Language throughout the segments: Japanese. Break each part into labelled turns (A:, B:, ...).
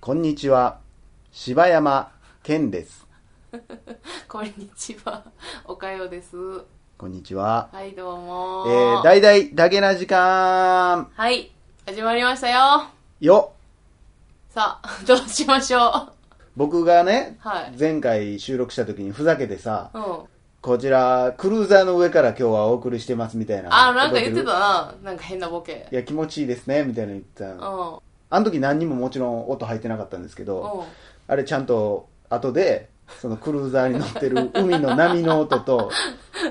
A: こんにちは柴山健です
B: こんにちは。おかよです。
A: こんにちは
B: はい、どうも
A: えー、だいだいだけな時間
B: はい、始まりましたよ。
A: よ
B: さあ、 どうしましょ
A: 僕がね、
B: はい
A: 前回収録した時にふざけてさ
B: う。うん。
A: こちらクルーザーの上から今日はお送りしてますみたいな
B: あ、なんか言ってた
A: 覚
B: な。なんか変なボケ
A: え。るいや気持ちいいですねみたいなの言ってた
B: うん。
A: の
B: うん。
A: あの時何にももちろん音入ってなかったんですけどあれちゃんと後でそのクルーザーに乗ってる海の波の音とボ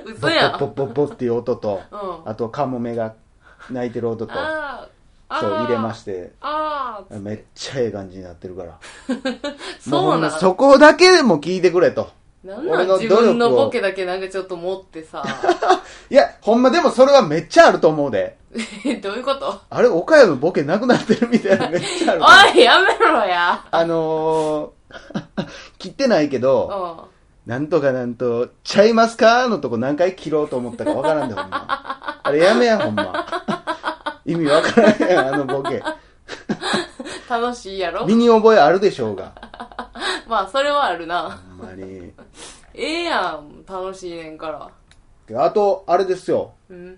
B: 嘘や
A: ッ
B: ん。
A: ボッボッボッボッっていう音と、
B: うん
A: あとカモメが鳴いてる音と
B: あー
A: そう入れま
B: た。
A: して
B: あー
A: めっちゃええ感じになってるからもう
B: そ
A: ほ
B: うん
A: ま
B: なん。
A: そこだけでも聞いてくれと
B: なんな
A: 俺
B: ん
A: の努
B: 自
A: 力を
B: 分のボケだけなんかちょっと持ってさ。
A: いやほんまでもそれはめっちゃあると思うで
B: え、どういうこと
A: あれ岡山のボケなくなってるみたい なめっちゃある
B: おい、やめろや。
A: あのー、 切ってないけ
B: うん。
A: ど、
B: あ
A: なんとかなんと、ちゃいますかのとこ何回切ろうと思ったかわからんで、ほんま。あれやめや、ほんま。 意味わからんやん、あのボケ。
B: 楽しいやろ
A: 身に覚えあるでしょうが。
B: まあ、それはあるな。
A: ほんまに。
B: ええやん。楽しいねんから。
A: あと、あれですよ。
B: うん。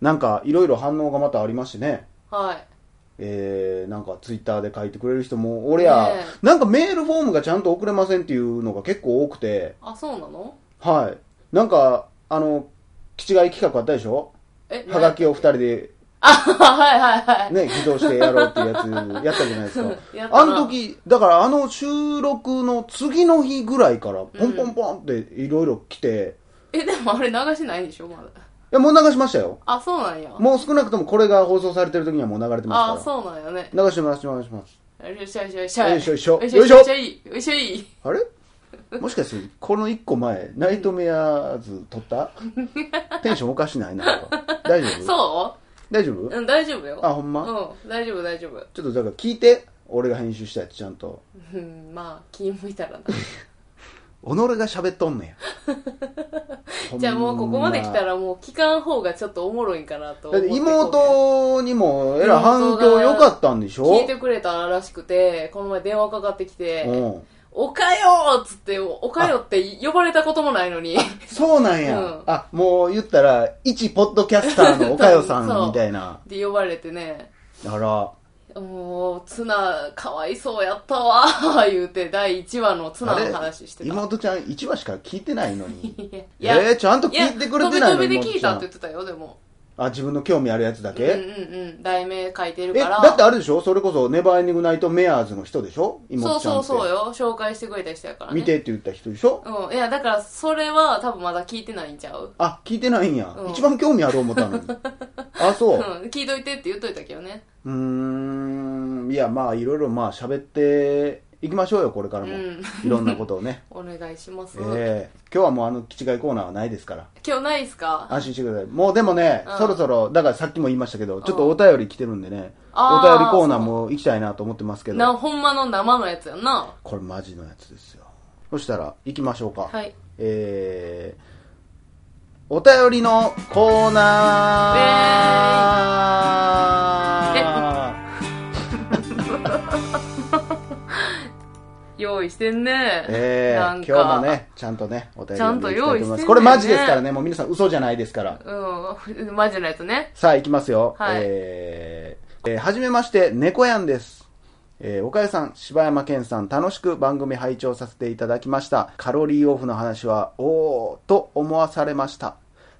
A: なんか、いろいろ反応がまたありましてね。
B: はい。
A: えー、なんかツイッターで書いてくれる人も、俺や、
B: ね
A: なんかメールフォームがちゃんと送れませんっていうのが結構多くて、
B: あ、そうなの
A: はい。なんか、あの、気違い企画あったでしょ
B: え
A: はがきを二人で
B: あ、はいはいはい。
A: ね、偽造してやろうっていうやつやったじゃない ですか
B: やっ。たな
A: あの時、だからあの収録の次の日ぐらいから、ポンポンポンっていろいろ来て、
B: え、でもあれ流してないんでしょまだ。
A: いや、もう流しましたよ。
B: あ、そうなんや。
A: もう少なくともこれが放送されてる時にはもう流れて
B: あ
A: ますか
B: そうなんやね。
A: ら。流してます、流してます。
B: よいしょよいしょよいしょ。
A: よいしょよいしょ
B: よいしょよいしょ。よいしょいい。
A: あれもしかして、この一個前、ナイトメアーズ撮った テンションおかしないな。大丈夫
B: そ
A: 大丈夫
B: ううん、大丈夫よ。
A: あ、ほんま、
B: うん、大丈夫大丈夫。
A: ちょっとだから聞いて、俺が編集したやつちゃんと。
B: うん、まあ、気向いたらな。
A: 己が喋っとんねや。
B: じゃあもうここまで来た
A: ら
B: らもう聞かん方がちょっとおもろいんかなと
A: だ
B: 思
A: っ
B: ってて。
A: 妹にもえらい反
B: 妹
A: 響
B: が
A: 良かったんでしょ
B: 聞いてくれたらしくて、この前電話かかってきて、
A: うん、
B: おかよーっつって、おかよって呼ばれたこともない のに。
A: そうなんや、
B: うん
A: あもう言ったら一ポッドキャスターのおかよさ
B: そうん
A: みたいな
B: で呼ばれてね。
A: だから
B: もう、ツナ、かわいそうやったわ ー、言うて、第1話のツナの話してた。
A: 妹ちゃん1話しか聞いてないのに
B: いや
A: えー、ちゃんと聞いてくれてないの
B: いや飛び
A: に
B: 飛びで聞
A: 妹
B: い
A: ちゃ
B: たっ
A: ん
B: て言ってたよ、でも。
A: あ自分の興味あるやつだけ、
B: うんうんうん。題名書いてる
A: え
B: から。
A: だってあれでしょそれこそ「ネバーエンディングナイトメアーズ」の人でしょ
B: そ
A: 妹
B: う
A: ちゃん
B: そ
A: っ
B: う
A: て
B: そうよ。紹介してくれた人やからね。
A: 見て。って言った人でしょ
B: うん。いや、だから、それは多分まだ聞いてないんちゃう
A: あ聞いてないんや、
B: うん。
A: 一番興味ある思ったのにあそううん
B: 聞いといてって言っといたけどね。
A: うーんいやまあいろいろまあ喋っていきましょうよこれから
B: う
A: も、
B: ん。
A: いろんなことを ね
B: お願いします。
A: ええ今日はもうあの気違いコーナーはないですから
B: 今日ないっすか
A: 安心してくださいもうでもね、
B: うん
A: そろそろだからさっきも言いましたけどちょっとお便り来てるんでね、
B: あ
A: お
B: ー
A: 便りコーナーも行きたいなと思ってますけ
B: な、
A: ど
B: ほんまの生のやつやんな。
A: これマジのやつですよそしたら行きましょうか、
B: はい。
A: えーお便りのコーナ
B: イエ
A: ー
B: 用意してんね。
A: ええ
B: なんか
A: 今日もね、ちゃんとね、お便り
B: ちゃんと用意してんねんね
A: 読んでいきたい思いますこれマジですからね、もう皆さん嘘じゃないですから。
B: うん。マジのやつね。
A: さあ、行きますよ。
B: はい
A: えーえーはじめまして、猫やんです。えー、岡谷さん、柴山健さん、楽しく番組拝聴させていただきました。カロリーオフの話は、おー、と思わされました。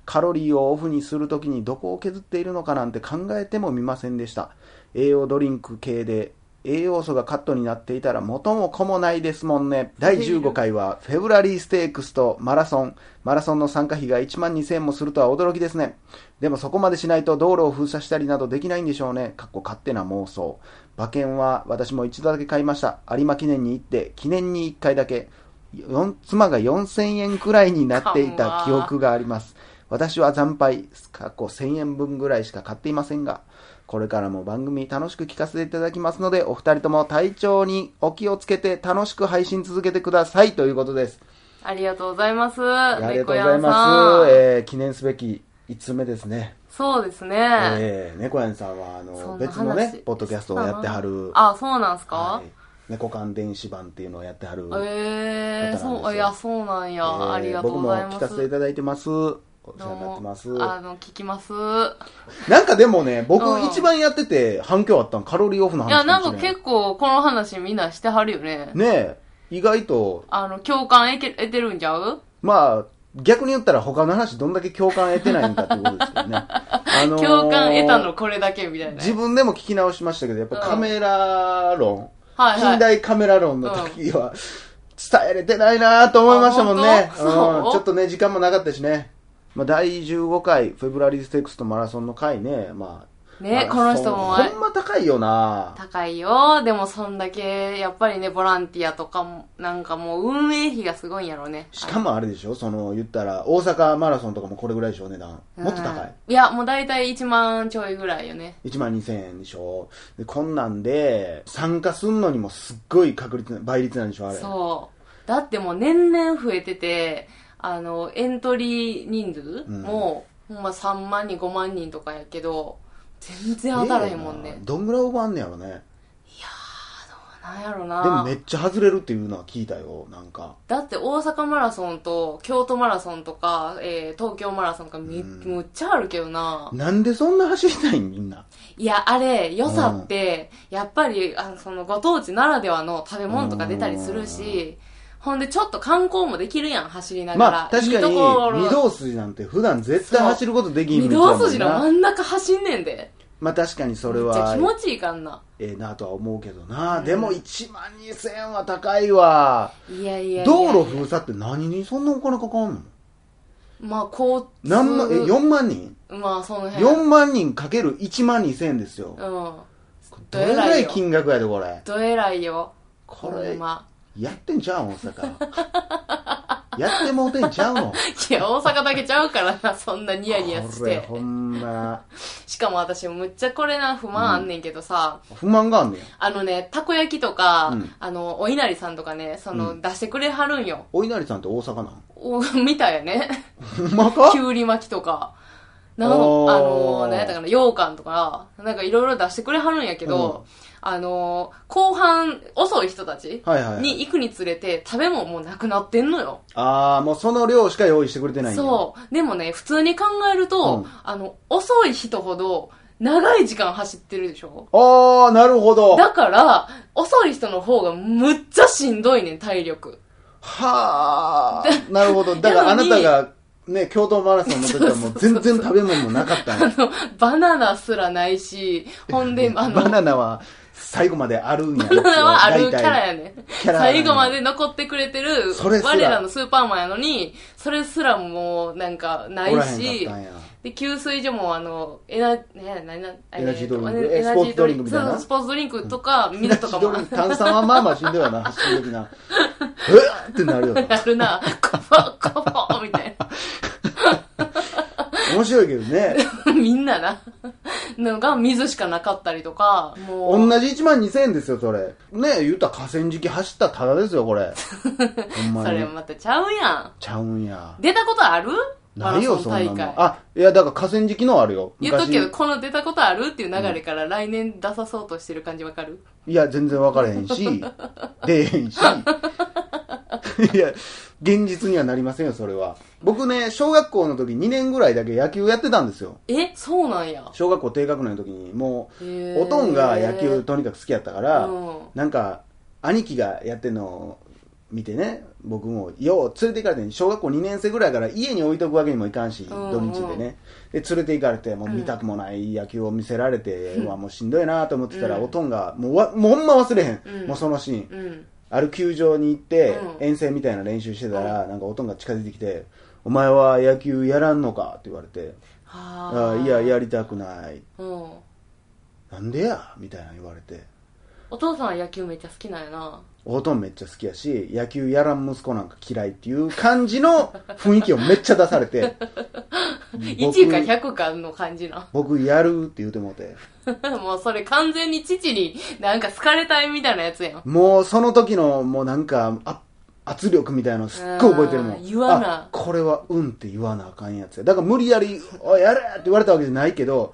A: カロリーをオフにするときにどこを削っているのかなんて考えてもみませんでした。栄養ドリンク系で、栄養素がカットになっていたら元も子もないですもんね。第15回 は、フェブラリーステークスとマラソン。マラソンの参加費が1万2000円もするとは驚きですね。でもそこまでしないと道路を封鎖したりなどできないんでしょうね。かっこ勝手な妄想。馬券は私も一度だけ買いました。有馬記念に行って、記念に1回だけ。よん妻が4000円くらいになっていた記憶があります。私は惨敗、過去1000円分ぐらいしか買っていませんが、これからも番組楽しく聞かせていただきますので、お二人とも体調にお気をつけて楽しく配信続けてくださいということです。
B: ありがとうございます。
A: あ
B: あ
A: りがとうございます。えー記念すべき5つ目ですね。
B: そうですね。
A: えー、猫やんさんはあ
B: そ
A: の
B: んな
A: 別のね
B: 話
A: ポッドキャストをやってはる
B: あ、そうなんすか
A: は、い、猫缶電子版っていうのをやってはる、方なん
B: ええ
A: ですよ
B: そう、いや、そうなんや。
A: えー
B: ありがとうございま
A: 僕
B: す。
A: も聞かせていただいてますお世
B: ど
A: 話に
B: う
A: なってます
B: もあの、聞きます。い
A: なんかでもね僕
B: うん
A: 一番やってて反響あったのカロリーオフの話
B: や、なん
A: も
B: か
A: しれ
B: 結構この話みんなしてはるよね。
A: ねえ意外と
B: あの、共感得て得てるんちゃう
A: まあ逆に言ったら他の話どんだけ共感得てないんかってことですけ どね、あのー
B: 共感得たのこれだけみたいな。
A: 自分でも聞き直しましたけどやっぱカメラ論、
B: はいは
A: 近
B: い。
A: 代カメラ論の時は、伝えれてないなと思いましたもんね
B: あ。
A: うん、ち
B: 本当そ
A: ょ
B: う
A: っとね、時間もなかったしね。まあ、第15回、フェブラリーステークスとマラソンの回ね。まあ、
B: ね、こ
A: マ
B: の
A: ラソン
B: 人も
A: ほんま高いよな
B: 高いよ。でもそんだけ、やっぱりね、ボランティアとかも、なんかもう運営費がすごいんやろうね。
A: しかもあれでしょその、言ったら、大阪マラソンとかもこれぐらいでしょお値段。もっと高い。
B: うん。いや、もう大体1万ちょいぐらいよね。
A: 1万2000円でしょで、こんなんで、参加すんのにもすっごい確率な、倍率なんでしょあれ。
B: そう。だってもう年々増えてて、あの、エントリー人数
A: ん
B: も、ほんま3万人、5万人とかやけど、全然当たらへんもん
A: ええよ
B: ね
A: な。どんぐらいオーバーあんねやろね。
B: なんやろ
A: でも
B: な
A: め。っちゃ外れるっていうのは聞いたよ、なんか。
B: だって大阪マラソンと京都マラソンとか、えー東京マラソンとかめ、
A: うん
B: むっちゃあるけどな。
A: なんでそんな走りたいんみんな。
B: いや、あれ、良さって、やっぱり、あの、その、ご当地ならではの食べ物とか出たりするし、ほんで、ちょっと観光もできるやん、走りながら。
A: まあ確か
B: いいと
A: に
B: ころ
A: 御堂筋なんて普段絶対走ることできん
B: 御
A: みたいな
B: 堂筋の真ん中走んねんで。
A: まあ確かにそれ
B: めっちゃ
A: は
B: 気持ちいいかんな。
A: ええなとは思うけどな、
B: うん
A: でも1万2000円は高いわ
B: いやいやいや。
A: 道路封鎖って何にそんなお金かかんの
B: まあ、交通。
A: 何万え4万人、
B: まあ、その辺。
A: 4万人かける1万2000円ですよ、
B: うん。
A: どれぐらい金額やでこれ
B: どえらいよ。
A: これ
B: ほんま。
A: やってんちゃうん大阪 やってもうてんちゃうの
B: いや、大阪だけちゃうからな、そんなニヤニヤし
A: これ
B: て。
A: ほんま
B: しかも私、むっちゃこれな、不満あんねんけどさ、
A: 不満があんねや
B: あのね、たこ焼きとか、
A: うん
B: あの、お稲荷さんとかね、その、
A: う
B: 出してくれはるんよ。
A: お稲荷さんって大阪なん
B: お、 みたいやね。
A: ほんまか
B: きゅうり巻きとか。なんかあ
A: おー
B: のー、なんやったかな、羊羹とか、なんかいろいろ出してくれはるんやけど、あのー、後半、遅い人たち
A: はいはいはい
B: に行くにつれて、食べ物もうなくなってんのよ。
A: ああ、もうその量しか用意してくれてないんや
B: そう。でもね、普通に考えると、
A: うん
B: あの、遅い人ほど、長い時間走ってるでしょ
A: ああ、なるほど。は
B: だから、遅い人の方がむっちゃしんどいねん、体力。
A: あ、なるほど。だからあ
B: なの
A: な
B: に
A: たが、ね、京都マラソンの時はもう全然食べ物もなかったんや
B: あの、 バナナすらないし、ほん で、あの、
A: バナナは最後まであるんや。
B: バナナはあるキ
A: 大
B: ャラ
A: 体
B: やね
A: キャラ
B: 最後まで残ってくれてる
A: それすら
B: 我らのスーパーマンやのにそれすらもうなんかな
A: お
B: い
A: らへん
B: し
A: かったんや。
B: で給水所もあのエナ何何何
A: エナジードリンク
B: えと
A: え
B: エナジードリン
A: スポーツドリンクみた
B: ク
A: いな
B: そうスポーツドリンクとか水とか
A: 一
B: も
A: 人炭酸はまあまあしんどいわな、走る時 な。えっってなるよな。
B: やるなコポコポみたいな
A: 面白いけどね。
B: みんななのが水しかなかったりとかもう
A: 同じ1万2000円ですよ、それ。ね言ったら河川敷走ったらただですよ、こ れ。ほんま
B: それ
A: に。
B: またちゃうや
A: ちゃうんや
B: ん。出たことある
A: ないよ、
B: マラ
A: そ
B: ソ
A: ん
B: ン
A: な
B: 大
A: もん。
B: 会
A: あ、いや、だから河川敷のあるよ。
B: 言っとくけど、
A: 昔
B: この出たことあるっていう流れから来年出さそうとしてる感じわかる、
A: いや、全然分からへん し、出えへんし。 いや、現実にはなりませんよ、それは。僕ね、小学校の時2年ぐらいだけ野球やってたんですよ。
B: え、そうなんや。
A: 小学校低学年の時に、も
B: へ
A: う、
B: ー
A: おとんが野球とにかく好きやったから、
B: うん
A: なんか、兄貴がやってんのを見てね、僕も、よう連れて行かれてん、小学校2年生ぐらいから家に置いとくわけにもいかんし、
B: んうん
A: 土日でね。で、連れて行かれて、もう見たくもない野球を見せられ て、うわ、もうしんどいなと思ってたら、
B: うん
A: おとんが、もうわ、もうほんま忘れへん。
B: うん
A: もうそのシーン。
B: うん。
A: ある球場に行って、
B: うん
A: 遠征みたいな練習してたら、なんかおとんが近づいてきて、お前は野球やらんのかって言われて、あ
B: あ
A: あい
B: ー
A: や、。やりたくない。
B: うん。
A: なんでやみたいな言われて。
B: お父さんは野球めっちゃ好きなんやな。
A: おとんめっちゃ好きやし野球やらん息子なんか嫌いっていう感じ の雰囲気をめっちゃ出されて
B: 1か100かの感じな。
A: 僕やるって言うてもうて
B: もうそれ完全に父になんか好かれたいみたいなやつやん。
A: もうその時のもうなんかあ圧力みたいなのすっごい覚えてるも
B: うん
A: ん
B: 言わな
A: あこれは「うん」って言わなあかんやつやだから無理やり「おいやれ!」って言われたわけじゃないけど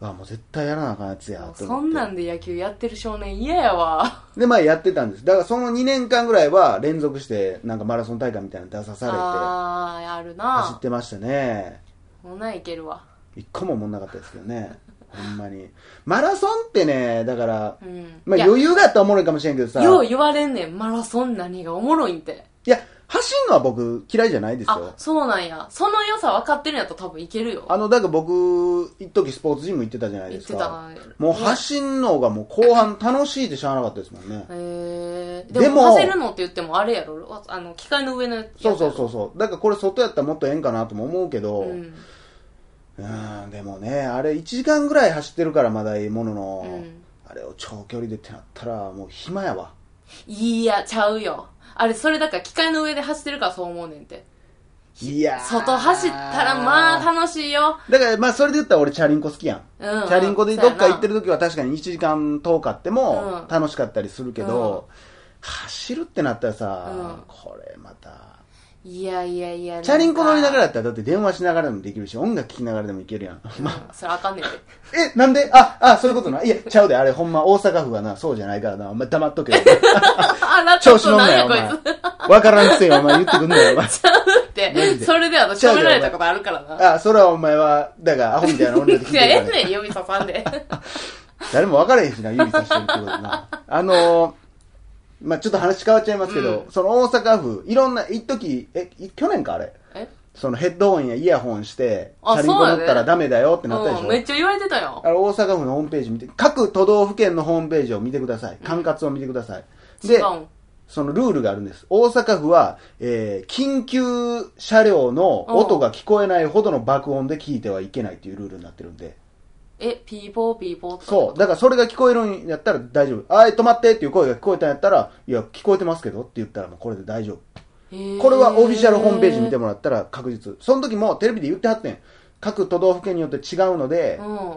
A: あもう絶対やらなあかんやつやと思って
B: そんなんで野球やってる少年嫌やわ。
A: で、まあやってたんです。だからその2年間ぐらいは連続して、なんかマラソン大会みたいなの出さされて、
B: あー、ある
A: 走っ
B: な。
A: てましたね。
B: もうないけるわ。
A: 一個もおもんなかったですけどね。ほんまに。マラソンってね、だから
B: う、ん。
A: まあ
B: いや
A: 余裕があったらおもろいかもしれんけどさ、
B: よう
A: い
B: 言われんねん、マラソン何がおもろいんって。
A: や、走るのは僕嫌いじゃないです
B: あ
A: よ、。
B: そうなんや。その良さ分かってるんやと多分いけるよ。
A: あの、だから僕、一時スポーツジム行ってたじゃない
B: 言
A: で
B: っ
A: す
B: てた
A: か。
B: な。
A: もう走んのがもう後半楽しいってしゃあなかったですもんね。
B: へー。
A: で
B: で
A: も
B: も、させるのって言ってもあれやろ。あの、機械の上のやつ
A: そう
B: やろ。
A: そうそうそう。だからこれ外やったらもっとええんかなとも思うけど、
B: うん。
A: うん、でもね、あれ1時間ぐらい走ってるからまだいいものの、
B: うん
A: あれを長距離でってなったらもう暇やわ。
B: いや、ちゃうよ。あれ、それだから機械の上で走ってるからそう思うねんて。
A: いやー
B: 外走ったらまあ楽しいよ。
A: だからまあそれで言ったら俺チャリンコ好きやん。
B: う
A: チ
B: ん
A: ャリンコでどっか行って
B: る
A: る時は確かに1時間遠かっても
B: うん
A: 楽しかったりするけど、走るってなったらさ、
B: うん
A: これまた。
B: いやいやいや
A: チャリンコ乗りながら
B: ら、
A: だったらだって電話しながらでもできるし、音楽聴きながらでもいけるやん。
B: うんそれあかんねんて
A: え、なんであ、あ、そういうことな。いや、ちゃうで、あれほんま大阪府はな、そうじゃないからな。お前黙っとけ よ。
B: あなた
A: 調子乗
B: と
A: んな
B: 何
A: よ、
B: や
A: お
B: こい
A: 前。わからんくせにお前言ってくんなよ、お 前。
B: つっ
A: マジ
B: て
A: で
B: それで私
A: 違う違う
B: 喋られたことあるからな
A: あ、それはお前は、だからアホみたいな女で聞い
B: い
A: て
B: やええ
A: るから。
B: ねん指ささ んで
A: 誰も分からへんしな、指さしてるってことな。あのー、まあちょっと話変わっちゃいますけど、
B: う
A: その大阪府、いろんな、一時え、い去年かあれ。
B: え
A: そのヘッドホンやイヤホンして、チ
B: あ
A: ャリンコ乗ったらダメだよってなったでし
B: う
A: ょ、
B: んめっちゃ言われてたよ
A: あれ大阪府のホームページ見て、各都道府県のホームページを見てください。管轄を見てください。
B: 違
A: で
B: う、ん
A: そのルールがあるんです。大阪府は、えー緊急車両の音が聞こえないほどの爆音で聞いてはいけないっていうルールになってるんで。
B: えピーポーピーポーとか
A: そう。だからそれが聞こえるんやったら大丈夫。あーい、止まってっていう声が聞こえたんやったら、いや、聞こえてますけどって言ったらもうこれで大丈夫。
B: へー
A: これはオフィシャルホームページ見てもらったら確実。その時もテレビで言ってはってん。各都道府県によって違うので
B: う、ん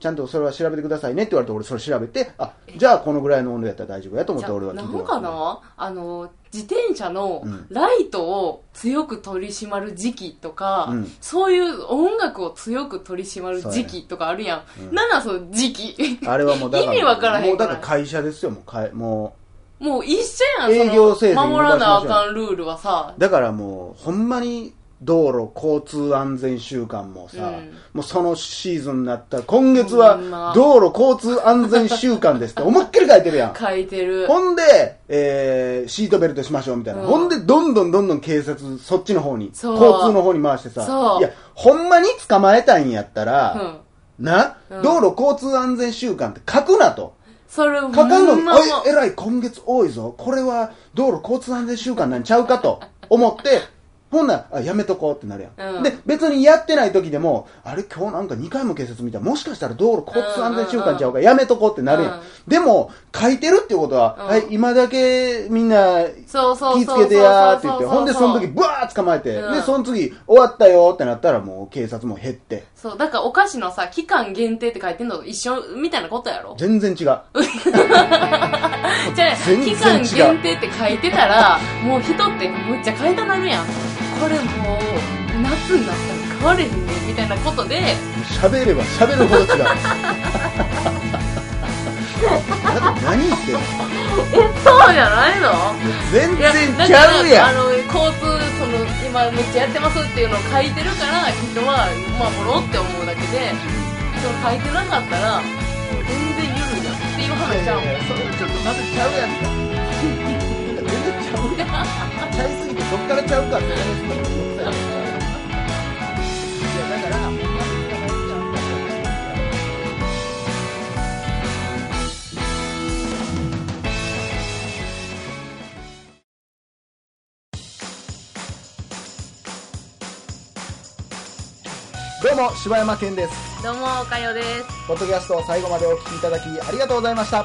A: ちゃんとそれは調べてくださいねって言われて俺それ調べて、あ、じゃあこのぐらいの音量やったら大丈夫やと思っ
B: じゃ
A: て
B: あ
A: 俺は聞い
B: な
A: てるわ
B: ん
A: け
B: かなあの自転車の
A: うん
B: ライトを強く取り締まる時期とか、
A: うん
B: そういう音楽を強く取り締まる時期とかあるやん、なんなんその時期
A: あれはもうだから、
B: 意味わからへん
A: もうだ
B: から
A: から会社ですよ、もうかい。も
B: もう一緒やんその
A: 営業制度に
B: 守らなあかんルールはさ
A: う、だからもう、ほんまに、道路交通安全週間もさ、
B: うん
A: もうそのシーズンになったら、今月
B: ほん
A: は
B: ま
A: 道路交通安全週間です って思いっきり書いてるやん。
B: 書いてる
A: ほんで、えー、シートベルトしましょうみたいな。
B: うん
A: ほんで、どんどんどんどん警察、そっちの方に、
B: そ
A: 交
B: う
A: 通の方に回してさ、
B: そう
A: いや、ほんまに捕まえたいんやった
B: う
A: ら、
B: ん
A: な、
B: うん
A: 道路交通安全週間って書くなと。
B: それ
A: かかんのに、
B: まあ
A: おい、えらい、今月多いぞ。これは道路交通安全週間なんちゃうかと思って、ほんなら、あ、やめとこうってなるやん。
B: うん
A: で、別にやってない時でも、あれ、今日なんか2回も警察見た。もしかしたら道路交通安全週間ちゃうから、やめとこうってなるや
B: うんん。
A: でも、書いてるってことは、
B: うん
A: はい、今だけみんな、
B: そうそう
A: 気
B: そ
A: つ
B: う
A: けてやーって言って、
B: そうそうそう
A: ほんで、その時、ブワー捕まえて、
B: うん
A: で、その次、終わったよーってなったら、もう警察も減って。
B: そうだからお菓子のさ期間限定って書いてんのと一緒みたいなことやろ
A: 全然違う。
B: じゃあ
A: 全然違う
B: 期間限定って書いてたらもう人ってむっちゃ買いたなるやんこれもう夏になったら買われへんねんみたいなことで
A: 喋れば喋るほ ど違うだって何言ってんの
B: そうじゃないの
A: 全
B: いや
A: 然
B: だ
A: ち
B: か
A: ゃう
B: らあ
A: やん
B: の交通その今めっちゃやってますっていうのを書いてるから人はまあもろって思うだけでその書いてなかったらもう全然緩いやんっていう話ちゃうもん
A: いやいやそれちょっとまずちゃうやんか全然ちゃうやんちゃいすぎてどっからちゃうかって話すのがいやだからほんまに何ちゃうんだよどうも柴山健です
B: どうもおかよです
A: ポッドキャストを最後までお聞きいただきありがとうございました。